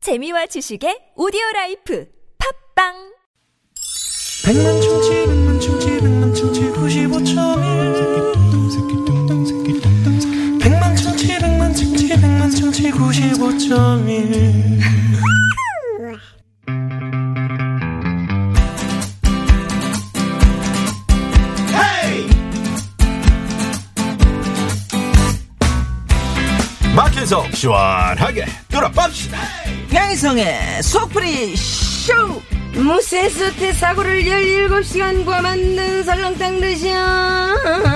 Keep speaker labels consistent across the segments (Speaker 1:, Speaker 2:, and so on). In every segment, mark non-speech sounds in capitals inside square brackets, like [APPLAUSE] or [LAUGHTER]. Speaker 1: 재미와 지식의 오디오 라이프 팝빵
Speaker 2: 백만 충치 백만 충치 백만 충치 95.1 백만 충치 백만 충치 백만 충치 95.1
Speaker 3: 마켓에서 시원하게 뚫어봅시다.
Speaker 4: 양성의 속풀이 쇼!
Speaker 5: 무쇠솥에 사고를 17시간과 만든 설렁탕 드셔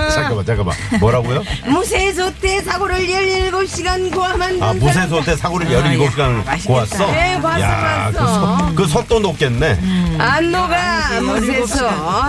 Speaker 3: 잠깐만, 잠깐만. 뭐라고요?
Speaker 5: 무쇠솥에 사고를 17시간과 만든
Speaker 3: 아, 무쇠소 때 사고를
Speaker 5: 아, 예.
Speaker 3: 17시간
Speaker 4: 맛있겠다.
Speaker 3: 고았어?
Speaker 5: 네, 봤어,
Speaker 3: 야,
Speaker 5: 봤어. 음,
Speaker 3: 그, 속, 그 속도 높겠네.
Speaker 5: 설렁- 안 녹아
Speaker 4: 아,
Speaker 5: 무쇠솥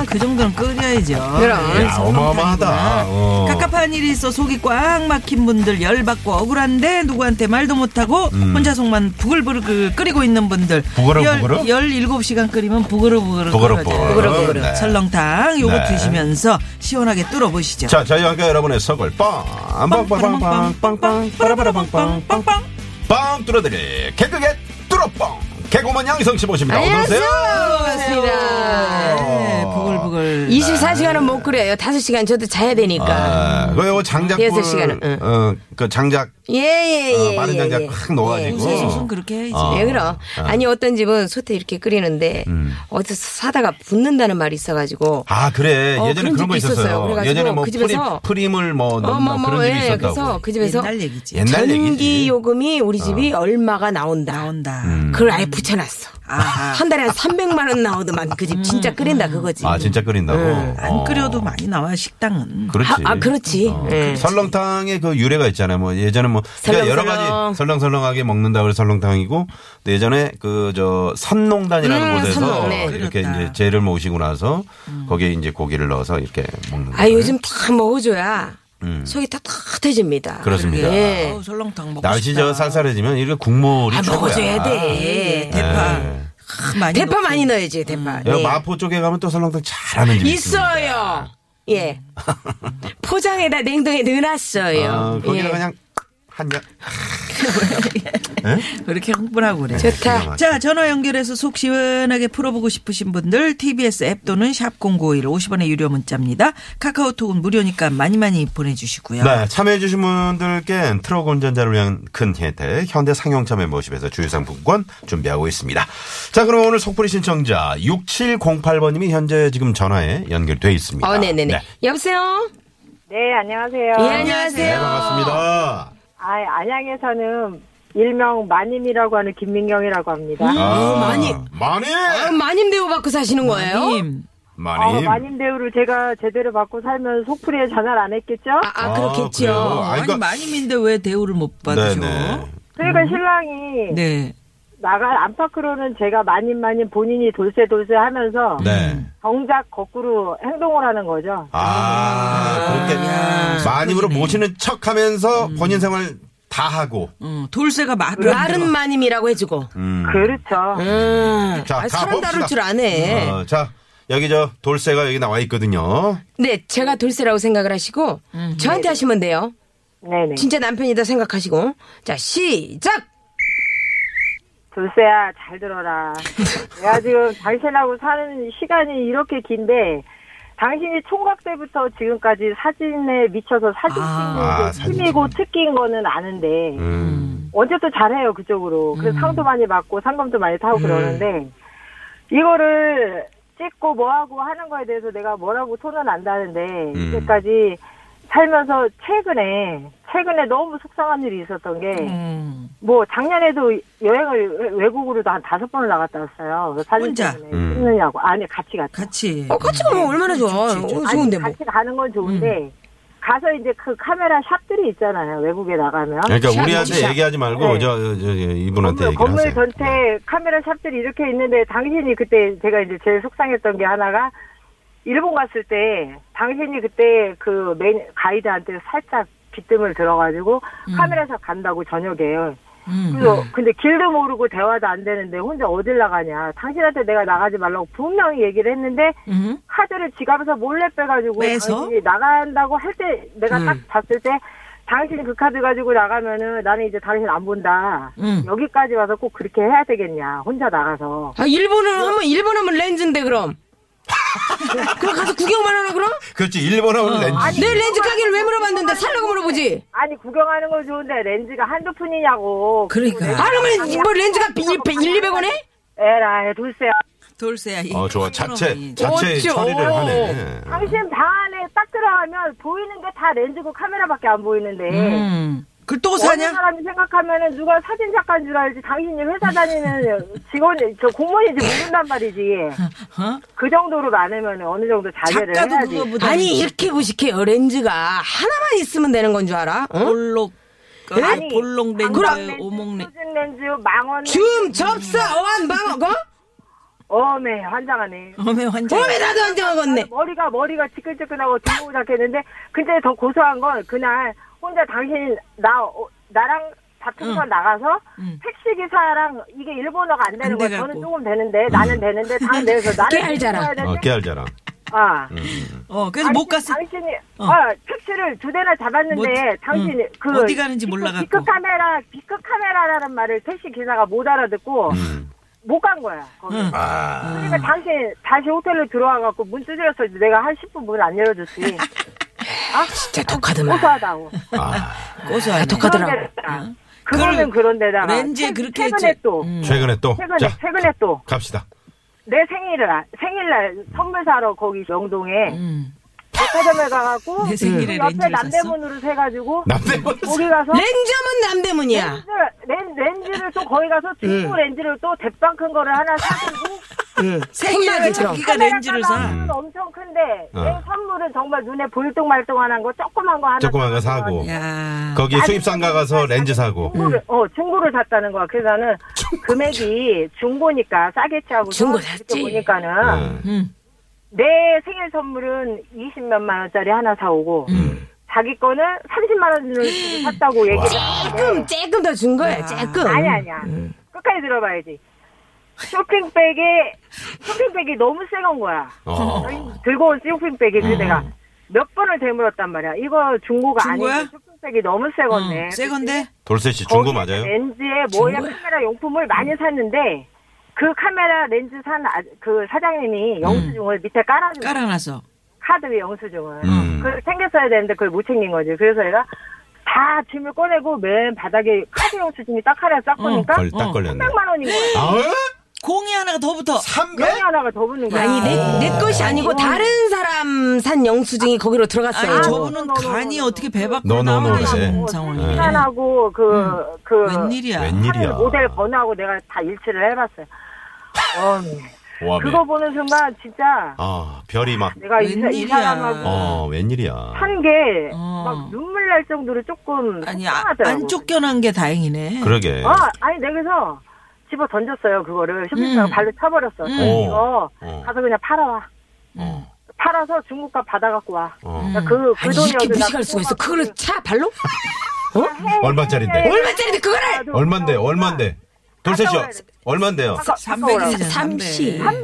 Speaker 4: 그 정도는 끓여야죠. 네.
Speaker 5: 그럼.
Speaker 3: 야, 어마어마하다. 어.
Speaker 4: 갑갑한 일이 있어 속이 꽉 막힌 분들 열받고 억울한데 누구한테 말도 못하고 혼자 속만 부글부글 끓이고 있는 분들
Speaker 3: 음. 부글어 부글어?
Speaker 4: 열, 17시간 끓이면 부글부글
Speaker 3: 부글어
Speaker 4: 끓어져요.
Speaker 3: 부글. 부글어 부글. 네.
Speaker 4: 설렁탕 요거
Speaker 3: 네.
Speaker 4: 드시면서 시원하게 뚫어보시죠
Speaker 3: 자, 저희와 함께 여러분의 속을 빵빵빵빵빵빵빵 빠라바라빵빵빵
Speaker 4: 빵빵
Speaker 3: 빵 뚫어드릴 개그겟 뚫어뻥 개그맨 양희성 씨 모십니다. 어서 오세요.
Speaker 5: 반갑습니다
Speaker 4: 네, 부글부글
Speaker 5: 24시간은 못 끓여요 5시간 저도 자야 되니까
Speaker 3: 아, 그요 장작
Speaker 5: 여섯 시간은, 응.
Speaker 3: 어, 그 장작
Speaker 5: 예예예
Speaker 3: 어, 마른 장작 확 넣어가지고.
Speaker 4: 무쇠 솥은 그렇게 해야지
Speaker 3: 어.
Speaker 5: 예, 그럼. 아니, 어떤 집은 솥에 이렇게 끓이는데, 어디서 사다가 붓는다는 말이 있어가지고,
Speaker 3: 음. 아 그래
Speaker 5: 어,
Speaker 3: 예전에
Speaker 5: 그런
Speaker 3: 그런 거
Speaker 5: 집도
Speaker 3: 있었어요.
Speaker 5: 있었어요. 그래가지고
Speaker 3: 예전에 뭐
Speaker 5: 그 집에서-
Speaker 3: 프림, 을뭐 넣는 뭐, 그런 집이
Speaker 5: 예,
Speaker 3: 있었다고.
Speaker 5: 그래서 그 집에서
Speaker 4: 옛날 얘기지
Speaker 3: 옛날
Speaker 5: 전기
Speaker 3: 얘기지. 어.
Speaker 5: 요금이 우리 집이 얼마가 나온다.
Speaker 4: 나온다
Speaker 3: 음.
Speaker 5: 그걸 아예 붙여놨어.
Speaker 4: 아하.
Speaker 5: 한 달에 한 300만 원 나오더만 그 집 진짜 끓인다 그거지.
Speaker 3: 아 진짜 끓인다고.
Speaker 4: 안
Speaker 3: 어.
Speaker 4: 끓여도 많이 나와 식당은
Speaker 3: 그렇지.
Speaker 5: 예. 아, 아, 그렇지.
Speaker 3: 어.
Speaker 5: 예.
Speaker 3: 설렁탕의 그 유래가 있잖아요. 뭐 예전에 뭐 그러니까 여러 가지
Speaker 5: 설렁설렁.
Speaker 3: 설렁설렁하게 먹는다 그래 설렁탕이고 또 예전에 그 저 산농단이라는
Speaker 5: 음,
Speaker 3: 곳에서
Speaker 5: 산농, 네.
Speaker 3: 이렇게
Speaker 4: 그렇다.
Speaker 3: 이제 재를 모시고 나서 거기에 이제 고기를 넣어서 이렇게 먹는 거예요.
Speaker 5: 아 요즘 다 먹어줘야 속이 탁탁해집니다.
Speaker 3: 음. 그렇습니다.
Speaker 5: 예.
Speaker 4: 어우, 설렁탕 먹고
Speaker 3: 날씨
Speaker 4: 싶다.
Speaker 3: 저 쌀쌀해지면 이렇게 국물이
Speaker 5: 아 먹어줘야
Speaker 3: 최고야. 예.
Speaker 5: 돼. 예.
Speaker 4: 대파 아, 많이
Speaker 5: 대파
Speaker 4: 넣고.
Speaker 5: 많이 넣어야지 대파.
Speaker 3: 야,
Speaker 5: 예.
Speaker 3: 음. 마포 쪽에 가면 또 설렁탕 잘하는 집이 있습니다.
Speaker 5: 있어요. 예.
Speaker 3: [LAUGHS]
Speaker 5: 포장에다 냉동에 넣어놨어요.
Speaker 3: 아, 거기다
Speaker 5: 예.
Speaker 3: 그냥 한 약.
Speaker 4: 그렇게 흥분하고 그래.
Speaker 5: 좋다.
Speaker 4: 자, 전화 연결해서 속 시원하게 풀어보고 싶으신 분들 TBS 앱 또는 샵 공고일 50원의 유료 문자입니다. 카카오톡은 무료니까 많이 많이 보내주시고요.
Speaker 3: 네, 참여해주신 분들께 트럭 운전자를 위한 큰 혜택 현대 상용차 멤버십에서 주유상품권 준비하고 있습니다. 자, 그럼 오늘 속풀이 신청자 6708번님이 현재 지금 전화에 연결돼 있습니다.
Speaker 5: 어, 네네네. 여보세요.
Speaker 6: 네, 안녕하세요.
Speaker 5: 예, 안녕하세요.
Speaker 3: 네, 반갑습니다.
Speaker 6: 아, 안양에서는 일명 마님이라고 하는 김민경이라고 합니다.
Speaker 5: 음.
Speaker 3: 아,
Speaker 5: 어, 많이.
Speaker 3: 많이!
Speaker 5: 아, 마님 대우 받고 사시는 거예요?
Speaker 4: 님,
Speaker 6: 어,
Speaker 3: 많이.
Speaker 6: 마님 배우를 제가 제대로 받고 살면 속풀이에 전화를 안 했겠죠?
Speaker 5: 아, 아
Speaker 3: 아,
Speaker 5: 그렇겠죠.
Speaker 3: 그래요? 아,
Speaker 4: 아니
Speaker 3: 그러니까-
Speaker 4: 많이인데 왜 대우를 못 받으셔?
Speaker 3: 네네.
Speaker 6: 그러니까 신랑이
Speaker 4: 네.
Speaker 6: 나갈 안팎으로는 제가 마님 마님 본인이 돌쇠 돌쇠 하면서
Speaker 3: 네.
Speaker 6: 정작 거꾸로 행동을 하는 거죠.
Speaker 3: 아, 그렇게 마님으로 모시는 척 하면서 본인 생활 다 하고.
Speaker 4: 음, 돌쇠가 말을
Speaker 3: 아,
Speaker 4: 안
Speaker 5: 마른
Speaker 4: 들어.
Speaker 5: 마님이라고 해주고.
Speaker 3: 음.
Speaker 6: 그렇죠.
Speaker 5: 음.
Speaker 3: 자,
Speaker 5: 아, 사람
Speaker 3: 가봅시다.
Speaker 5: 다룰 줄 아네.
Speaker 3: 어, 자, 여기 저 돌쇠가 여기 나와 있거든요.
Speaker 5: 네, 제가 돌쇠라고 생각을 하시고 저한테 하시면 돼요.
Speaker 6: 네네.
Speaker 5: 진짜 남편이다 생각하시고. 자, 시작.
Speaker 6: 돌쇠야, 잘 들어라. 내가 지금 당신하고 사는 시간이 이렇게 긴데, 당신이 총각 때부터 지금까지 사진에 미쳐서 사진
Speaker 3: 아,
Speaker 6: 찍는 게
Speaker 3: 사진
Speaker 6: 취미고 특기인 거는 아는데,
Speaker 3: 음.
Speaker 6: 언제또 잘해요, 그쪽으로. 그래서 상도 많이 받고 상금도 많이 타고
Speaker 3: 음.
Speaker 6: 그러는데, 이거를 찍고 뭐하고 하는 거에 대해서 내가 뭐라고 손은 안다는데,
Speaker 3: 음.
Speaker 6: 이제까지 살면서 최근에, 최근에 너무 속상한 일이 있었던 게,
Speaker 4: 음.
Speaker 6: 뭐 작년에도 여행을 외- 외국으로도 한 다섯 번을 나갔다 왔어요. 그래서 사진
Speaker 4: 혼자?
Speaker 3: 음.
Speaker 6: 때문에 찍느냐고. 아니 같이 갔죠.
Speaker 4: 같이.
Speaker 5: 어, 같이 가면 얼마나 좋아. 어, 좋은데 뭐.
Speaker 6: 같이 가는 건 좋은데 가서 이제 그 카메라 샵들이 있잖아요. 외국에 나가면.
Speaker 3: 그러니까
Speaker 5: 샵,
Speaker 3: 우리한테
Speaker 5: 샵.
Speaker 3: 얘기하지 말고
Speaker 6: 네.
Speaker 3: 저, 저, 저, 이분한테
Speaker 6: 건물,
Speaker 3: 얘기를
Speaker 6: 건물
Speaker 3: 하세요.
Speaker 6: 전체 카메라 샵들이 이렇게 있는데 당신이 그때 제가 이제 제일 속상했던 게 하나가 일본 갔을 때 당신이 그때 그 메인 가이드한테 살짝 빗뜸을 들어가지고 카메라 샵 간다고 저녁에
Speaker 4: 음.
Speaker 6: 그래서 근데 길도 모르고 대화도 안 되는데 혼자 어딜 나가냐. 당신한테 내가 나가지 말라고 분명히 얘기를 했는데
Speaker 4: 음.
Speaker 6: 카드를 지갑에서 몰래 빼가지고
Speaker 4: 빼서?
Speaker 6: 당신이 나간다고 할 때 내가 딱 봤을 때 당신 그 카드 가지고 나가면은 나는 이제 당신 안 본다.
Speaker 4: 음.
Speaker 6: 여기까지 와서 꼭 그렇게 해야 되겠냐. 혼자 나가서.
Speaker 5: 아, 일본은 하면, 일본 하면 렌즈인데, [LAUGHS] 그럼. 그럼 가서 구경만 하나, 그럼?
Speaker 3: 그렇지. 일본 하면 렌즈.
Speaker 5: 내 렌즈 가게를 왜 물어봤는데, 살라고 물어보지?
Speaker 6: 아니 구경하는 건 좋은데 렌즈가 한두 푼이냐고.
Speaker 4: 그러니까.
Speaker 5: 아, 그러면 뭐 렌즈가 1, 200원에?
Speaker 6: 에라이 돌쇠야.
Speaker 4: 돌쇠야. 이
Speaker 3: 어, 좋아. 자체, 자체
Speaker 5: 어쩌-
Speaker 3: 처리를 하네.
Speaker 6: 당신 방 안에 딱 들어가면 보이는 게 다 렌즈고 카메라밖에 안 보이는데.
Speaker 4: 음. 그걸 또
Speaker 6: 어느
Speaker 4: 사냐?
Speaker 6: 사람이 생각하면은 누가 사진 작가인 줄 알지 당신이 회사
Speaker 4: [LAUGHS]
Speaker 6: 다니는 직원이 저 공무원인지 모른단 말이지
Speaker 4: 어?
Speaker 6: 그 정도로 많으면 어느 정도 자제를
Speaker 4: 작가도
Speaker 6: 해야지
Speaker 4: 그거보다.
Speaker 5: 아니, 이렇게 무식해요. 렌즈가 하나만 있으면 되는 건 줄 알아? 어? 응?
Speaker 4: 볼록. 그
Speaker 6: 아니,
Speaker 4: 볼록 렌즈,
Speaker 6: 광각 렌즈,
Speaker 4: 오목 렌즈.
Speaker 6: 수준 렌즈, 망원
Speaker 5: 줌, 접사, 어안, 방어, 어?
Speaker 6: 어메 환장하네
Speaker 4: 어메 환자.
Speaker 5: 어메, 나도 안 정하겠네.
Speaker 6: 머리가 머리가 지끈지끈하고 두고 잡겠는데 근데 더 고소한 건 그날 혼자 당신 나 어, 나랑 같은 선 나가서 택시 기사랑 이게 일본어가 안 되는
Speaker 4: 안
Speaker 6: 거야.
Speaker 4: 돼갖고.
Speaker 6: 저는 조금 되는데 나는 되는데 당 내에서
Speaker 4: [LAUGHS]
Speaker 6: 나는
Speaker 5: 깨알자랑.
Speaker 6: 해야 되는데,
Speaker 3: 어, 깨알자랑. 음,
Speaker 6: 아.
Speaker 4: 어, 그래서 못 갔어.
Speaker 6: 당신이
Speaker 4: 어.
Speaker 6: 아, 택시를 두 대나 잡았는데
Speaker 4: 뭐,
Speaker 6: 당신이
Speaker 4: 응.
Speaker 6: 그
Speaker 4: 어디 가는지
Speaker 6: 비급-
Speaker 4: 몰라갖고.
Speaker 6: 비급 카메라 비급 카메라라는 말을 택시 기사가 못 알아듣고
Speaker 3: 음.
Speaker 6: 못 간 거야. 거기.
Speaker 4: 응.
Speaker 3: 아.
Speaker 6: 그러니까 당신 다시 호텔로 들어와갖고 문 두드렸어. 내가 한 10분 문 안
Speaker 4: [LAUGHS]
Speaker 6: 열어줬지. 아?
Speaker 5: 진짜 독하더만.
Speaker 6: 고소하다고.
Speaker 3: 아.
Speaker 4: 고소하네.
Speaker 5: 독하더라고.
Speaker 6: 그런데다가.
Speaker 4: 그걸
Speaker 6: 그거는 그런데다가
Speaker 4: 렌즈에
Speaker 6: 최-
Speaker 4: 그렇게
Speaker 6: 최근에
Speaker 4: 이제-
Speaker 6: 또
Speaker 4: 음.
Speaker 3: 최근에 또.
Speaker 6: 최근에
Speaker 3: 자,
Speaker 6: 최근에 또 내
Speaker 3: 갑시다.
Speaker 6: 생일을 아- 생일날 선물 사러 거기 영동에
Speaker 4: 음.
Speaker 6: 백화점에 가갖고
Speaker 4: 내 생일에
Speaker 6: 그 옆에
Speaker 4: 렌즈를
Speaker 6: 남대문으로 세가지고
Speaker 3: 남대문.
Speaker 6: 거기 가서
Speaker 5: 렌즈면 남대문이야.
Speaker 6: 렌즈, 렌, 렌즈를 또 거기 가서 중고 렌즈를 또 대빵 큰 거를 하나 사들고
Speaker 4: [LAUGHS] 생일에
Speaker 5: 혼나기처럼.
Speaker 4: 자기가 렌즈를 사.
Speaker 6: 는 엄청 큰데
Speaker 3: 어.
Speaker 6: 내 선물은 정말 눈에 볼똥말똥하는 거 조그만 거 하나
Speaker 3: 조그만 거
Speaker 6: 사가지고
Speaker 3: 사고.
Speaker 4: 야.
Speaker 3: 거기 수입상가 가서 렌즈 사고.
Speaker 6: 중고를 어 중고를 샀다는 거야. 그래서 나는 금액이 중고니까 싸게 치하고
Speaker 5: 중고 샀지.
Speaker 6: 보니까는
Speaker 3: 음.
Speaker 4: 음.
Speaker 6: 내 생일 선물은 20몇만 원짜리 하나 사오고 자기 거는 30만 원을 주고 샀다고 얘기를
Speaker 5: 조금,
Speaker 6: 하는데
Speaker 5: 조금 더 준 거야, 조금.
Speaker 6: 아니 아니야. 끝까지 들어봐야지. 쇼핑백에 쇼핑백이 너무 세건 거야.
Speaker 3: 어.
Speaker 6: 들고 온 쇼핑백이 그 내가 몇 번을 되물었단 말이야. 이거 중고가
Speaker 4: 중고야?
Speaker 6: 아니고 쇼핑백이 너무 세 건데. 네.
Speaker 4: 어, 새 건데?
Speaker 3: 돌쇠 씨 중고 맞아요?
Speaker 6: 렌즈에 뭐야 카메라 용품을 많이 샀는데 그 카메라 렌즈 산 그 사장님이 영수증을 밑에 깔아준 거야.
Speaker 4: 깔아놔서.
Speaker 6: 카드 위 영수증을
Speaker 3: 음.
Speaker 6: 그걸 챙겼어야 되는데 그걸 못 챙긴 거지. 그래서 얘가 다 짐을 꺼내고 맨 바닥에 카드 영수증이 딱 하나 딱 보니까
Speaker 3: 걸, 딱
Speaker 4: 어.
Speaker 3: 걸렸네.
Speaker 6: 300만 원인 거야.
Speaker 3: 아유?
Speaker 4: 공이 하나가 더 붙어.
Speaker 3: 300?
Speaker 6: 명이 하나가 더 붙는 거야. 어.
Speaker 5: 아니 내,
Speaker 4: 어.
Speaker 5: 내 것이 아니고 다른 사람 산 영수증이 거기로 들어갔어요.
Speaker 4: 아니, 저분은
Speaker 6: 아,
Speaker 4: 간이
Speaker 6: 너너너너.
Speaker 4: 어떻게 배 밖으로
Speaker 3: 너너너네.
Speaker 4: 나오는
Speaker 3: 네.
Speaker 4: 상황이에요.
Speaker 6: 시간하고 그, 그,
Speaker 4: 웬일이야.
Speaker 3: 웬일이야.
Speaker 6: 모델 번호하고 내가 다 일치를 해봤어요.
Speaker 3: 아,
Speaker 6: 어,
Speaker 3: 와,
Speaker 6: 그거 네. 보는 순간 진짜
Speaker 3: 아, 별이 막,
Speaker 6: 내가 이, 사- 이
Speaker 4: 웬일이야.
Speaker 6: 사람하고
Speaker 3: 어, 웬일이야.
Speaker 6: 한 게
Speaker 4: 어.
Speaker 6: 막 눈물 날 정도로 조금
Speaker 4: 아니, 아,
Speaker 6: 속상하더라고.
Speaker 4: 안 쫓겨난 게 다행이네.
Speaker 3: 그러게.
Speaker 6: 어, 아니 내가 그래서 집어 던졌어요 그거를 쇼핑장
Speaker 4: 음.
Speaker 6: 발로 차버렸어.
Speaker 3: 오.
Speaker 6: 이거
Speaker 3: 어.
Speaker 6: 가서 그냥 팔아와.
Speaker 3: 어.
Speaker 6: 팔아서 중국값 받아갖고 와.
Speaker 3: 어.
Speaker 6: 그러니까 그, 그
Speaker 5: 아니
Speaker 6: 돈이
Speaker 5: 이렇게
Speaker 6: 어디다
Speaker 5: 무식할 수가 있어. 그걸 차 발로?
Speaker 3: 얼마짜린데?
Speaker 6: 네.
Speaker 5: 얼마짜리인데 그거를?
Speaker 3: 얼만데, 얼만데? 돌쇠 씨,
Speaker 6: 갔다 와야 돼.
Speaker 3: 얼만데요?
Speaker 6: 아까- 아까
Speaker 4: 300이잖아.
Speaker 5: 삼십.
Speaker 6: 삼백.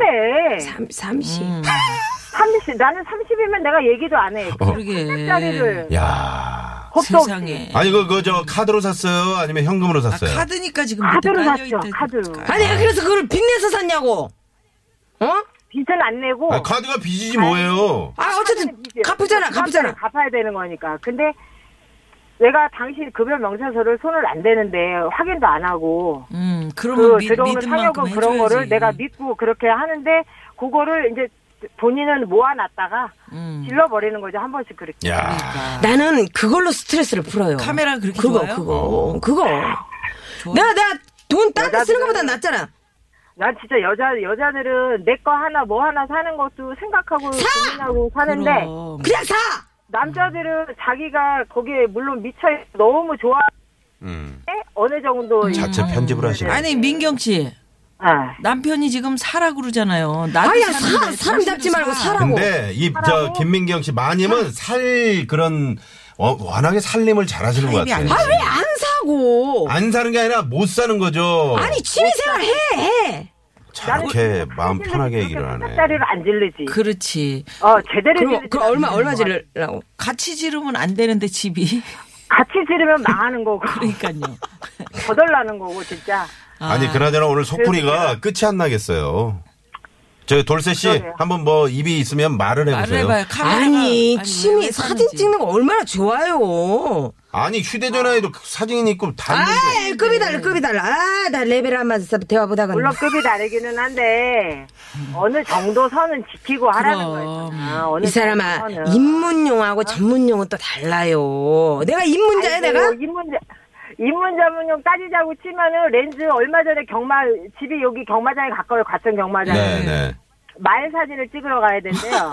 Speaker 5: 삼 삼십.
Speaker 4: 음.
Speaker 6: 삼십. 나는 30이면 내가 얘기도 안 해.
Speaker 3: 어.
Speaker 4: 그러게.
Speaker 6: 짜리를
Speaker 3: 야
Speaker 6: 겁도
Speaker 4: 음, 세상에.
Speaker 3: 아니, 그, 그, 저, 카드로 샀어요? 아니면 현금으로
Speaker 4: 아,
Speaker 3: 샀어요?
Speaker 4: 카드니까 지금 밑에
Speaker 6: 카드로
Speaker 4: 깔려있다.
Speaker 6: 샀죠. 카드로.
Speaker 5: 아니 내가 그래서 그걸 빚내서 샀냐고. 어?
Speaker 6: 빚은 안 내고.
Speaker 3: 아, 카드가 빚이지 뭐예요?
Speaker 5: 아 어쨌든
Speaker 6: 빚이에요.
Speaker 5: 갚으잖아,
Speaker 6: 갚아야-
Speaker 5: 갚으잖아.
Speaker 6: 갚아야 되는 거니까. 근데 내가 당신 급여 명세서를 손을 안 대는데 확인도 안 하고
Speaker 4: 음, 그러면
Speaker 6: 그
Speaker 4: 미,
Speaker 6: 들어오는
Speaker 4: 믿은 만큼
Speaker 6: 상여금
Speaker 4: 해줘야지.
Speaker 6: 그런 거를 내가
Speaker 3: 네.
Speaker 6: 믿고 그렇게 하는데 그거를 이제 본인은 모아놨다가
Speaker 4: 음.
Speaker 6: 질러버리는 거죠 한 번씩 그렇게.
Speaker 3: 야
Speaker 5: 그러니까. 나는 그걸로 스트레스를 풀어요.
Speaker 4: 카메라 그렇게
Speaker 5: 그거
Speaker 4: 좋아요? 어.
Speaker 5: 그거 그거. 내가 내가 돈 딴 데 쓰는 것보다 낫잖아.
Speaker 6: 난 진짜 여자 여자들은 내 거 하나 뭐 하나 사는 것도 생각하고 고민하고 사는데
Speaker 4: 그럼.
Speaker 5: 그냥 사.
Speaker 6: 남자들은 자기가 거기에 물론 미쳐 있고 너무 좋아해
Speaker 3: 음.
Speaker 6: 어느 정도
Speaker 3: 자체 편집을 하시네.
Speaker 4: 아니 민경 씨
Speaker 6: 아,
Speaker 4: 남편이 지금 사라 그러잖아요. 나도
Speaker 5: 아야 사.
Speaker 4: 사는데
Speaker 5: 사람 잡지
Speaker 4: 당신도
Speaker 5: 말고
Speaker 4: 사.
Speaker 5: 사라고.
Speaker 3: 근데, 이, 저, 김민경 씨, 마님은 살, 그런, 어, 워낙에 살림을 잘 하시는 것
Speaker 4: 살림이
Speaker 3: 같아요.
Speaker 5: 아 왜 안 사고?
Speaker 3: 안 사는 게 아니라 못 사는 거죠.
Speaker 5: 아니 취미생활 해 해.
Speaker 3: 저렇게 마음 편하게 얘기를 하네.
Speaker 6: 자리를 안 질르지.
Speaker 4: 그렇지.
Speaker 6: 어 제대로
Speaker 5: 그럼
Speaker 6: 질르지.
Speaker 5: 그 얼마 얼마 질라고?
Speaker 4: 같이 [LAUGHS] 지르면 안 되는데 집이
Speaker 6: 같이 지르면
Speaker 5: [LAUGHS]
Speaker 6: 망하는 거고
Speaker 4: 그러니까요.
Speaker 6: 거덜나는 거고 진짜.
Speaker 3: 아니 그나저나 오늘 속풀이가
Speaker 6: 그러게요.
Speaker 3: 끝이 안 나겠어요. 저 돌세 씨
Speaker 6: 그러게요.
Speaker 3: 한번 뭐 입이 있으면 말을
Speaker 4: 말을
Speaker 3: 해보세요.
Speaker 4: 해봐요. 카메라가
Speaker 5: 아니,
Speaker 4: 왜
Speaker 5: 취미 사진
Speaker 4: 샀는지.
Speaker 5: 찍는 거 얼마나 좋아요.
Speaker 3: 아니 휴대전화에도 사진이 있고 다 있는데
Speaker 5: 아, 급이 달라, 급이 달라. 아, 나 레벨 안 맞았어. 대화 보다가.
Speaker 6: 물론 급이 다르기는 한데 어느 정도 선은 지키고 하라는
Speaker 4: 그럼.
Speaker 6: 거였잖아. 어느
Speaker 5: 이 사람아,
Speaker 6: 정도
Speaker 5: 입문용하고 전문용은 또 달라요. 내가 입문자야,
Speaker 6: 아이고,
Speaker 5: 내가?
Speaker 6: 뭐 입문자 입문자문용 따지자고 치면은 렌즈 얼마 전에 경마 집이 여기 경마장에 가까워요 과천 경마장에
Speaker 3: 네네.
Speaker 6: 말 사진을 찍으러 가야 된대요.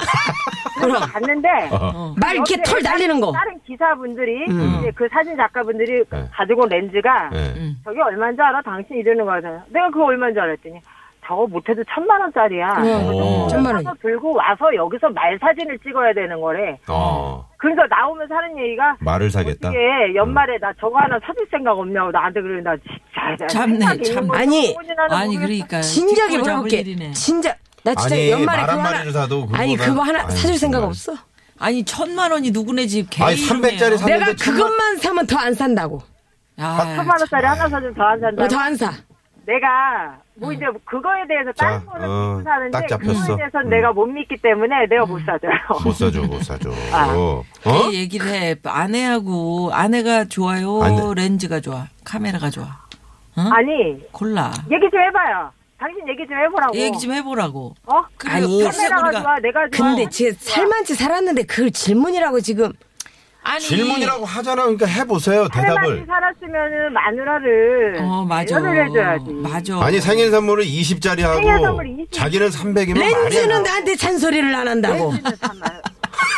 Speaker 6: 그래서 갔는데
Speaker 3: 어.
Speaker 5: 말 이렇게
Speaker 6: 옆에
Speaker 5: 털 날리는 거.
Speaker 6: 다른 기사분들이 이제 그 사진 작가분들이
Speaker 3: 네.
Speaker 6: 가지고 온 렌즈가
Speaker 4: 음,
Speaker 3: 네.
Speaker 6: 저게 얼마인 줄 알아? 당신 이러는 거잖아. 내가 그거 얼마인 줄 알았더니 저거 못해도 천만 원짜리야.
Speaker 5: 어.
Speaker 3: 오.
Speaker 5: 네. 천만 원.
Speaker 6: 그래서 들고 와서 여기서 말 사진을 찍어야 되는 거래.
Speaker 3: 어
Speaker 6: 그러니까 나오면서 하는 얘기가
Speaker 3: 말을 사겠다.
Speaker 6: 이게 연말에 나 저거 하나 사줄 생각 없냐고 나한테 그러는나 진짜 나
Speaker 4: 참네,
Speaker 6: 생각이 있는
Speaker 4: 참.
Speaker 6: 거지.
Speaker 5: 아니,
Speaker 6: 소문이 나는
Speaker 4: 아니
Speaker 6: 거를
Speaker 4: 그러니까
Speaker 5: 진작에
Speaker 4: 뒷골 잡을
Speaker 5: 물어볼게.
Speaker 4: 일이네.
Speaker 5: 진작. 나 진짜
Speaker 3: 아니,
Speaker 5: 연말에
Speaker 3: 말
Speaker 5: 그거
Speaker 3: 한
Speaker 5: 하나.
Speaker 3: 마리를 사도 그거보다-
Speaker 5: 아니, 그거 하나
Speaker 3: 아유,
Speaker 5: 사줄 생각
Speaker 3: 정말.
Speaker 5: 없어?
Speaker 4: 아니 천만 원이 누구네 집 개인
Speaker 3: 아니 300짜리 아, 샀는데 천만-
Speaker 5: 내가 그것만 사면 더 안 산다고.
Speaker 6: 천만 원짜리 하나 사주면 더안 산다.
Speaker 5: 더 안 사.
Speaker 6: 내가 뭐
Speaker 4: 네.
Speaker 6: 이제 그거에 대해서 다른
Speaker 3: 자,
Speaker 6: 거는
Speaker 3: 어,
Speaker 6: 믿고 사는데
Speaker 3: 딱 잡혔어.
Speaker 6: 그거에 대해서
Speaker 3: 음.
Speaker 6: 는 내가 못 믿기 때문에 내가
Speaker 4: 음.
Speaker 6: 못 사줘요.
Speaker 3: 못 사줘 못 사줘.
Speaker 6: 아.
Speaker 3: 어?
Speaker 4: 이 얘기를 해. 아내하고 아내가 좋아요.
Speaker 3: 아내. 네.
Speaker 4: 렌즈가 좋아. 카메라가 좋아.
Speaker 6: [LAUGHS] 아니
Speaker 4: 골라.
Speaker 6: 얘기 좀 해봐요. 당신 얘기 좀 해보라고.
Speaker 4: 얘기 좀 해보라고.
Speaker 6: 어?
Speaker 4: 그리고
Speaker 5: 아니,
Speaker 4: 평소에
Speaker 6: 카메라가
Speaker 4: 우리가-
Speaker 6: 좋아, 내가 좋아.
Speaker 4: 어.
Speaker 5: 근데 쟤 살만치 살았는데 그걸 질문이라고 지금.
Speaker 4: 아니,
Speaker 3: 질문이라고 하잖아. 그러니까 해보세요
Speaker 6: 살만히
Speaker 3: 대답을.
Speaker 6: 살았으면은 마누라를
Speaker 4: 어 맞아.
Speaker 6: 연을 해줘야지.
Speaker 4: 맞아.
Speaker 3: 아니 생일 선물을 20짜리
Speaker 6: 생일 선물
Speaker 3: 하고
Speaker 6: 20.
Speaker 3: 자기는
Speaker 4: 아,
Speaker 3: 300이면
Speaker 5: 렌즈는 나한테 잔소리를 안 한다고.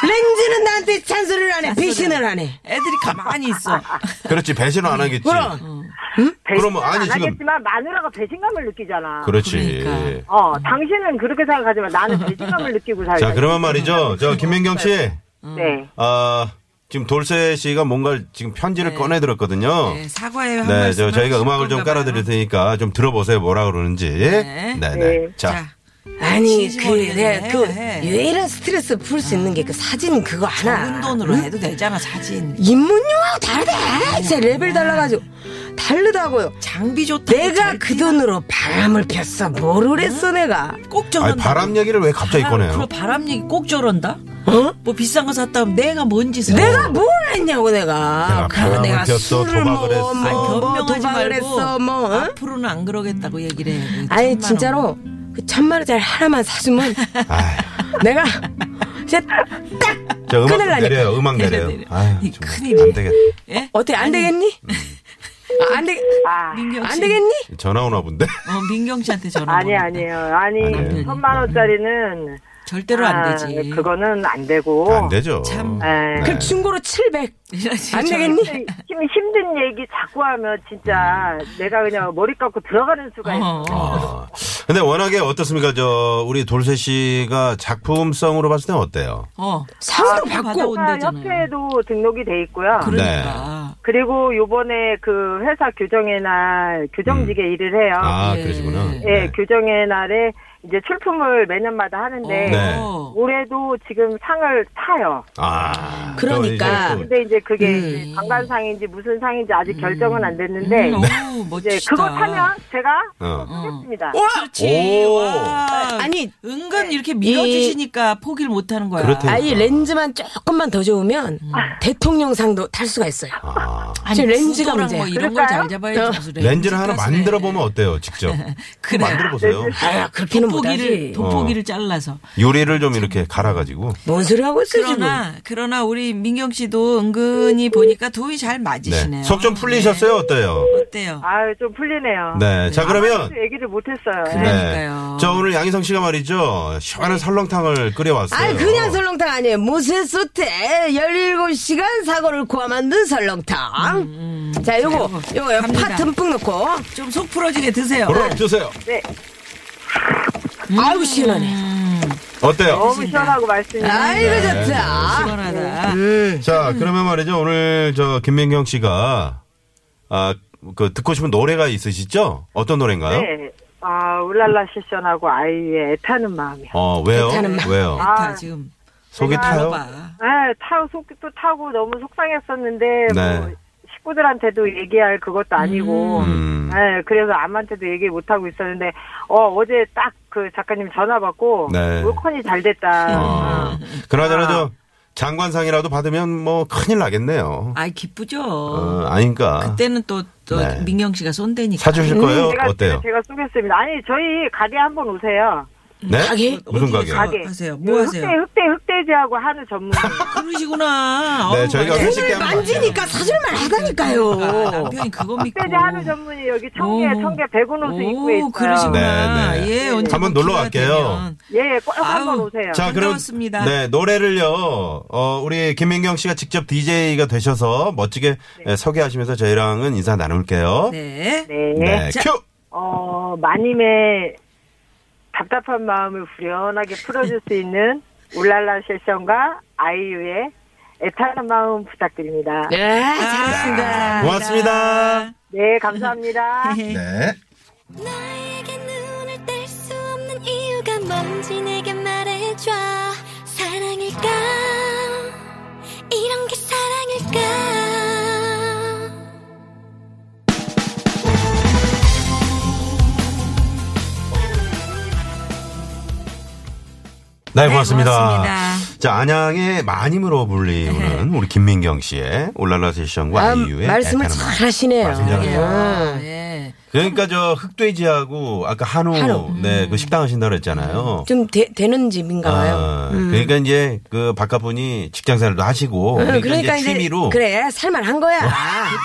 Speaker 5: 렌즈는 나한테 잔소리를 안 해. 배신을 안 해.
Speaker 4: 애들이 가만히 있어.
Speaker 3: 그렇지 배신은 안 하겠지.
Speaker 5: 그럼.
Speaker 3: 그러면
Speaker 6: 배신감은
Speaker 3: 아니,
Speaker 6: 안
Speaker 3: 지금-
Speaker 6: 하겠지만 마누라가 배신감을 느끼잖아.
Speaker 3: 그렇지.
Speaker 4: 그러니까.
Speaker 6: 어, 당신은 그렇게 생각하지만
Speaker 4: [LAUGHS]
Speaker 6: 나는 배신감을 느끼고 살다.
Speaker 3: 자 그러면 말이죠. 저 김민경 씨.
Speaker 6: 아,
Speaker 4: 음.
Speaker 6: 네.
Speaker 3: 아, 지금 돌세 씨가 뭔가 지금 편지를 꺼내 들었거든요.
Speaker 4: 네,
Speaker 3: 네.
Speaker 4: 사과의 한 말씀.
Speaker 3: 저 저희가 음악을 좀 깔아 드릴 테니까 좀 들어보세요. 뭐라 그러는지. 네, 네.
Speaker 6: 네.
Speaker 3: 자,
Speaker 5: 아니, 그,
Speaker 4: 진심으로
Speaker 5: 내가
Speaker 4: 해,
Speaker 5: 그,
Speaker 4: 해.
Speaker 5: 유일한 스트레스 풀 수 있는 게 그 사진 그거
Speaker 4: 적은
Speaker 5: 하나.
Speaker 4: 돈으로 해도 되잖아 사진.
Speaker 5: 입문용하고 다르다. 제 레벨
Speaker 4: 음.
Speaker 5: 달라가지고. 다르다고요.
Speaker 4: 장비 좋다.
Speaker 5: 내가 그 돈으로 바람을 폈어. 뭐를 했어, 내가.
Speaker 4: 꼭 저런다.
Speaker 3: 아니, 바람 얘기를 왜 갑자기
Speaker 4: 그
Speaker 3: 꺼내요?
Speaker 4: 바람 얘기 꼭 저런다.
Speaker 5: 어?
Speaker 4: 뭐 비싼 거 샀다 하면 내가 뭔 짓을?
Speaker 5: 내가 뭐 뭘 했냐고, 내가.
Speaker 3: 내가
Speaker 5: 그리고
Speaker 3: 바람을
Speaker 5: 내가
Speaker 3: 폈어,
Speaker 5: 술을
Speaker 3: 도박을
Speaker 5: 먹어,
Speaker 3: 했어.
Speaker 5: 뭐,
Speaker 4: 아니,
Speaker 5: 뭐,
Speaker 4: 변명하지
Speaker 5: 도박을
Speaker 4: 말고 아,
Speaker 5: 했어, 뭐. 어?
Speaker 4: 앞으로는 안 그러겠다고 얘기를 해.
Speaker 5: 아니
Speaker 4: 천만 원.
Speaker 5: 진짜로 그 천만 원짜리 하나만 사주면
Speaker 4: [LAUGHS]
Speaker 3: 아,
Speaker 5: 내가 진짜 딱
Speaker 3: 저 음악
Speaker 5: 큰일
Speaker 3: 좀
Speaker 5: 나니까
Speaker 3: 내려요. 음악 내려요.
Speaker 4: 내려, 내려.
Speaker 3: 아유,
Speaker 4: 이
Speaker 3: 좀
Speaker 4: 큰일이야.
Speaker 3: 안 되겠다.
Speaker 4: 예?
Speaker 5: 어떻게
Speaker 4: [LAUGHS]
Speaker 5: 안 되겠니? 아, 안 되,
Speaker 6: 아,
Speaker 4: 민경 씨.
Speaker 5: 안 되겠니?
Speaker 3: 전화 오나 본데. [LAUGHS]
Speaker 4: 어, 민경 씨한테 전화.
Speaker 6: 아니
Speaker 4: 오겠다.
Speaker 6: 아니에요. 아니
Speaker 3: 아니에요.
Speaker 6: 천만 원짜리는
Speaker 4: 절대로 안 되지. [LAUGHS]
Speaker 6: 아, 그거는 안 되고.
Speaker 3: 안 되죠.
Speaker 4: 참.
Speaker 6: 에,
Speaker 3: 네.
Speaker 5: 그럼 중고로 700.
Speaker 4: 이러지,
Speaker 5: 안
Speaker 4: 저-
Speaker 5: 되겠니?
Speaker 6: 힘 힘든 얘기 자꾸 하면 진짜 내가 그냥 머리 깎고 들어가는 수가 있어.
Speaker 4: 어,
Speaker 3: 아.
Speaker 4: 어.
Speaker 3: 근데 워낙에 어떻습니까? 저 우리 돌세 씨가 작품성으로 봤을 땐 어때요?
Speaker 4: 어.
Speaker 5: 상도
Speaker 4: 받아
Speaker 5: 받고.
Speaker 4: 온대잖아요.
Speaker 3: 네.
Speaker 6: 협회에도 등록이 돼 있고요.
Speaker 4: 그러니까.
Speaker 6: 그리고 요번에 그 회사 교정의 날 교정직에
Speaker 4: 음.
Speaker 6: 일을 해요.
Speaker 3: 아,
Speaker 4: 예.
Speaker 3: 그러시구나.
Speaker 6: 예, 교정의 날에 이제 출품을 매년마다 하는데
Speaker 3: 네.
Speaker 4: 어.
Speaker 6: 올해도 지금 상을 타요.
Speaker 3: 아.
Speaker 5: 그러니까.
Speaker 3: 또 이제 또
Speaker 6: 근데 이제 그게
Speaker 4: 네.
Speaker 6: 이제 관관상인지 무슨 상인지 아직 결정은 안 됐는데
Speaker 4: 음. 너무 멋지다.
Speaker 6: 이제 네. 그거 타면 제가
Speaker 3: 어.
Speaker 6: 하겠습니다.
Speaker 4: 그렇지.
Speaker 3: 오.
Speaker 4: 와.
Speaker 5: 아니, 네.
Speaker 4: 은근 이렇게 밀어주시니까 포기를 못하는 거야.
Speaker 3: 그렇대.
Speaker 5: 아이 렌즈만 조금만 더 좋으면 대통령상도 탈 수가 있어요.
Speaker 3: 아.
Speaker 5: 지금 렌즈가
Speaker 4: 구도랑
Speaker 5: 문제야.
Speaker 4: 뭐 이런 걸 잘
Speaker 6: 그럴까요?
Speaker 4: 잡아야 지
Speaker 3: 렌즈를 하나 만들어 보면 어때요? 직접.
Speaker 4: 그래.
Speaker 3: 만들어 보세요.
Speaker 5: 아, 그렇게는
Speaker 4: 돋보기를
Speaker 5: 못하지.
Speaker 4: 돋보기를
Speaker 3: 어.
Speaker 4: 잘라서.
Speaker 3: 요리를 좀 이렇게 갈아가지고.
Speaker 5: 뭔 소리 하고 있어 지금?
Speaker 4: 그러나 그러나 우리 민경 씨도 은근히 보니까 도이 잘 맞으시네요.
Speaker 3: 네. 속 좀 풀리셨어요? 어때요?
Speaker 4: 네. 어때요?
Speaker 6: 아유 좀 풀리네요.
Speaker 3: 네. 자, 그러면.
Speaker 6: 아무래도 얘기를 못했어요.
Speaker 3: 네.
Speaker 4: 그러니까요.
Speaker 3: 저 오늘 양희성 씨가 말이죠. 시원한 설렁탕을 끓여왔어요.
Speaker 5: 아니 그냥 설렁탕 아니에요. 무쇠솥에 17시간 사고를 구워 만든 설렁탕. 자, 요거,
Speaker 4: 음, 자, 요거
Speaker 5: 요거,
Speaker 4: 갑니다.
Speaker 5: 파 듬뿍 넣고.
Speaker 4: 좀 속 풀어지게 드세요.
Speaker 3: 보러 드세요.
Speaker 4: 음.
Speaker 5: 아우, 시원하네.
Speaker 3: 어때요?
Speaker 6: 너무 시원하고 말씀이
Speaker 5: 아이고, 좋다.
Speaker 4: 시원하다.
Speaker 5: 아,
Speaker 3: 네. 자, 그러면 말이죠. 오늘 저 김민경 씨가 아, 그 듣고 싶은 노래가 있으시죠? 어떤 노래인가요?
Speaker 6: 네. 아 울랄라 실션하고 아이유의 애타는 마음이요.
Speaker 3: 어, 왜요?
Speaker 5: 괜찮은 마-
Speaker 3: 왜요?
Speaker 4: 다
Speaker 6: 아.
Speaker 4: 지금
Speaker 3: 속이
Speaker 6: 내가
Speaker 3: 타요?
Speaker 4: 봐.
Speaker 6: 네, 타고 속도 타고 너무 속상했었는데
Speaker 3: 네.
Speaker 6: 뭐 식구들한테도 얘기할 그것도 아니고
Speaker 3: 음.
Speaker 6: 네, 그래서 아무한테도 얘기 못 하고 있었는데 어 어제 딱 그 작가님 전화 받고
Speaker 3: 네.
Speaker 6: 물컨이 잘
Speaker 4: 아,
Speaker 6: 됐다. 아.
Speaker 3: 어. 그나저나 저 장관상이라도 받으면 뭐 큰일 나겠네요.
Speaker 4: 아이 기쁘죠.
Speaker 3: 어, 아닌가.
Speaker 4: 그때는 또 또
Speaker 3: 네.
Speaker 4: 민경 씨가 손대니까.
Speaker 3: 사주실 거예요?
Speaker 6: 제가
Speaker 3: 네, 어때요?
Speaker 6: 제가 쏘겠습니다. 아니 저희 가게 한번 오세요.
Speaker 3: 네?
Speaker 5: 가게?
Speaker 3: 무슨 가게?
Speaker 4: 어디에서?
Speaker 6: 가게
Speaker 4: 하세요. 뭐
Speaker 6: 그
Speaker 4: 하세요?
Speaker 6: 흑돼 흑돼 흑돼지하고 한우 전문.
Speaker 4: 그러시구나.
Speaker 3: 네,
Speaker 4: 어우,
Speaker 3: 저희가
Speaker 4: 맞아요.
Speaker 3: 회식 때 한번
Speaker 5: 만지니까 사줄만 하다니까요.
Speaker 4: 아, 남편이 그거 믿고.
Speaker 6: 흑돼지 한우 전문이 여기 청계
Speaker 4: 오.
Speaker 6: 청계 백운 호수 입구에 있어요.
Speaker 4: 그러시구나.
Speaker 3: 네, 네.
Speaker 4: 예, 언제
Speaker 3: 한번 놀러 갈게요.
Speaker 6: 예, 꼭 한번
Speaker 4: 아우.
Speaker 6: 오세요.
Speaker 3: 자, 그럼
Speaker 4: 반가웠습니다.
Speaker 3: 네, 노래를요. 어, 우리 김민경 씨가 직접 DJ가 되셔서 멋지게 예, 소개하시면서 저희랑은 인사 나눌게요.
Speaker 4: 네.
Speaker 6: 네.
Speaker 3: 네,
Speaker 4: 자.
Speaker 3: 큐.
Speaker 6: 어, 마님의 답답한 마음을 후련하게 풀어줄
Speaker 4: [LAUGHS]
Speaker 6: 수 있는 울랄라 실션과 아이유의 애타는 마음 부탁드립니다.
Speaker 5: 네, 잘했습니다.
Speaker 3: 고맙습니다.
Speaker 4: [LAUGHS]
Speaker 6: 네,
Speaker 4: 예.
Speaker 6: 감사합니다.
Speaker 3: 네.
Speaker 7: 나에게 눈을 뗄 수 없는 이유가 뭔지 내게 말해줘 사랑일까 이런 게 사랑일까
Speaker 3: 네, 고맙습니다.
Speaker 4: 고맙습니다. 네.
Speaker 3: 자, 안양의 마님으로 불리우는 우리 김민경 씨의 올랄라 세션과
Speaker 5: 아,
Speaker 3: 아, 이유의
Speaker 5: 말씀을 잘 하시네요.
Speaker 3: 말씀 잘하세요.
Speaker 5: 음.
Speaker 4: 네.
Speaker 3: 그러니까 저 흑돼지하고 아까 한우,
Speaker 5: 한우. 음.
Speaker 3: 네, 그 식당 하신다고 그랬잖아요.
Speaker 5: 좀 되, 되는 집인가봐요. 어, 음.
Speaker 3: 아, 그러니까 이제 그 바깥분이 직장생활도 하시고 그러니까, 이제 취미로 어.
Speaker 5: 그래 살만한 거야.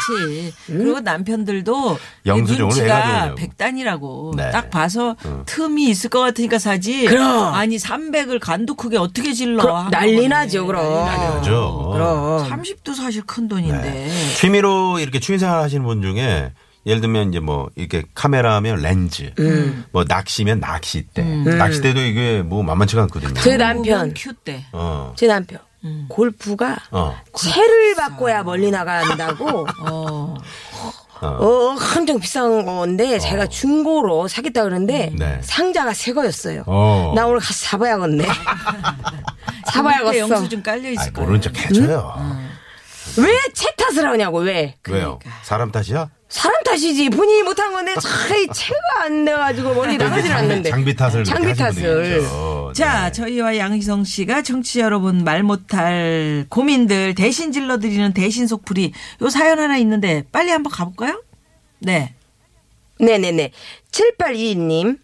Speaker 4: 그렇지. 그리고 남편들도
Speaker 3: 영수 좀 오늘 해가지고
Speaker 4: 눈치가
Speaker 3: 오냐고.
Speaker 4: 백단이라고
Speaker 3: 네.
Speaker 4: 딱 봐서 틈이 있을 것 같으니까 사지.
Speaker 5: 그럼.
Speaker 4: 아니 300을 간도 크게 어떻게 질러?
Speaker 5: [LAUGHS] 그럼
Speaker 4: 한꺼번에.
Speaker 5: 난리 나죠, 그럼. 어,
Speaker 4: 난리 나죠.
Speaker 3: 그죠.
Speaker 5: 음, 그럼. 네.
Speaker 4: 30도 사실 큰 돈인데.
Speaker 3: 네. 취미로 이렇게 취미생활 하시는 분 중에 예를 들면 이제 뭐 이렇게 카메라면 렌즈,
Speaker 5: 음.
Speaker 3: 뭐 낚시면 낚싯대, 낚싯대도 이게 뭐 만만치가 않거든요.
Speaker 5: 제 남편,
Speaker 4: 큐 때.
Speaker 3: 어,
Speaker 5: 제 남편
Speaker 4: 음.
Speaker 5: 골프가
Speaker 3: 어,
Speaker 5: 채를 바꿔야 멀리 나간다고.
Speaker 4: [LAUGHS] 어.
Speaker 5: 어, 엄청 비싼 건데 제가 중고로 사겠다 그러는데
Speaker 3: 어. 네.
Speaker 5: 상자가 새 거였어요.
Speaker 3: 어.
Speaker 5: 나 오늘 가서
Speaker 4: [LAUGHS]
Speaker 5: 사봐야겠네. 사봐야겠어.
Speaker 4: 그때 그러니까 영수 좀 깔려
Speaker 3: 아이
Speaker 4: 있을 거예요.
Speaker 3: 모른 척 해줘요.
Speaker 5: 음? 어, 왜 채 탓을 하냐고 왜?
Speaker 3: 왜요?
Speaker 5: 그러니까.
Speaker 3: 사람 탓이야?
Speaker 5: 사람 탓이지 본인이 못한 건데
Speaker 3: [LAUGHS]
Speaker 5: 차이 채가 안 돼가지고 멀리 나가질
Speaker 3: 장비,
Speaker 5: 않는데.
Speaker 3: 장비 탓을 그렇게
Speaker 5: 장비
Speaker 3: 하시는 분들이
Speaker 5: 탓을.
Speaker 3: 있죠.
Speaker 4: 자,
Speaker 3: 네.
Speaker 4: 저희와 양희성 씨가 청취자 여러분 말 못할 고민들 대신 질러드리는 대신 속풀이 요 사연 하나 있는데 빨리 한번 가볼까요? 네.
Speaker 5: 네네네. 7822님.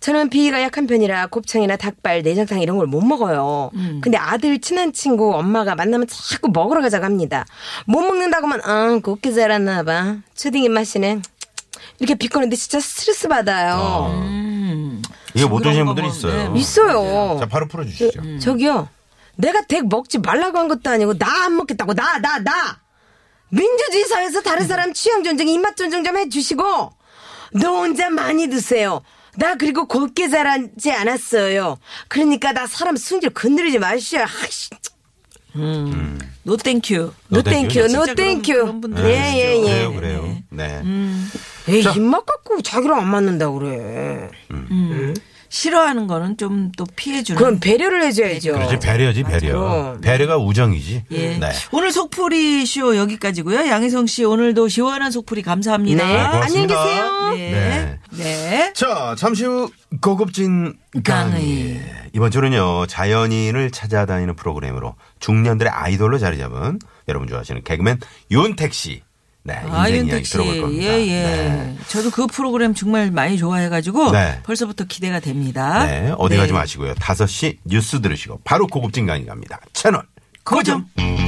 Speaker 5: 저는 비위가 약한 편이라 곱창이나 닭발, 내장탕 이런 걸 못 먹어요. 근데 아들 친한 친구 엄마가 만나면 자꾸 먹으러 가자고 합니다. 못 먹는다고만 아 곱게 자랐나 봐. 초딩 입맛이네. 이렇게 비꼬는데 진짜 스트레스
Speaker 3: 어.
Speaker 5: 받아요.
Speaker 3: 이거 못 드시는
Speaker 4: 음. 징그러운
Speaker 3: 분들이
Speaker 4: 거 뭐, 네.
Speaker 3: 있어요.
Speaker 4: 먹는데.
Speaker 5: 있어요.
Speaker 3: 자, 바로 풀어주시죠.
Speaker 4: 음.
Speaker 5: 저기요. 내가 댁 먹지 말라고 한 것도 아니고 나 안 먹겠다고 나 나 나, 나. 민주주의 사회에서 다른 사람 취향 존중 입맛 존중 좀 해주시고 너 혼자 많이 드세요. 나 그리고 곱게 자라지 않았어요. 그러니까 나 사람 승질 건드리지 마시오. 하씨,
Speaker 4: 노 땡큐.
Speaker 5: 노
Speaker 3: 땡큐.
Speaker 5: 땡큐, 노
Speaker 4: 진짜 그런-
Speaker 5: 땡큐.
Speaker 4: 그런 분들
Speaker 5: 예예 예.
Speaker 3: 그래요, 그래요. 네.
Speaker 4: 음.
Speaker 5: 에이, 입맛 갖고 자기랑 안 맞는다 그래.
Speaker 4: 싫어하는 거는 좀 또 피해주는.
Speaker 5: 그럼 배려를 해줘야죠.
Speaker 3: 그렇지, 배려지, 배려.
Speaker 5: 그럼.
Speaker 3: 배려가 우정이지.
Speaker 4: 아, 예.
Speaker 3: 네.
Speaker 4: 오늘 속풀이 쇼 여기까지고요. 양희성 씨 오늘도 시원한 속풀이 감사합니다.
Speaker 5: 네, 안녕히
Speaker 3: 고맙습니다.
Speaker 5: 계세요.
Speaker 4: 네. 네.
Speaker 3: 자, 잠시 후 고급진 강의. 예. 이번 주는요, 자연인을 찾아다니는 프로그램으로 중년들의 아이돌로 자리 잡은 여러분 좋아하시는 개그맨 윤택 씨. 네,
Speaker 4: 아,
Speaker 3: 인생 이야기
Speaker 4: 윤택 씨.
Speaker 3: 들어볼 겁니다.
Speaker 4: 예, 예.
Speaker 3: 네.
Speaker 4: 저도 그 프로그램 정말 많이 좋아해가지고
Speaker 3: 네.
Speaker 4: 벌써부터 기대가 됩니다.
Speaker 3: 네, 어디 가지
Speaker 4: 네.
Speaker 3: 마시고요. 5시 뉴스 들으시고 바로 고급진 강의 갑니다. 채널 고정.
Speaker 4: 고정.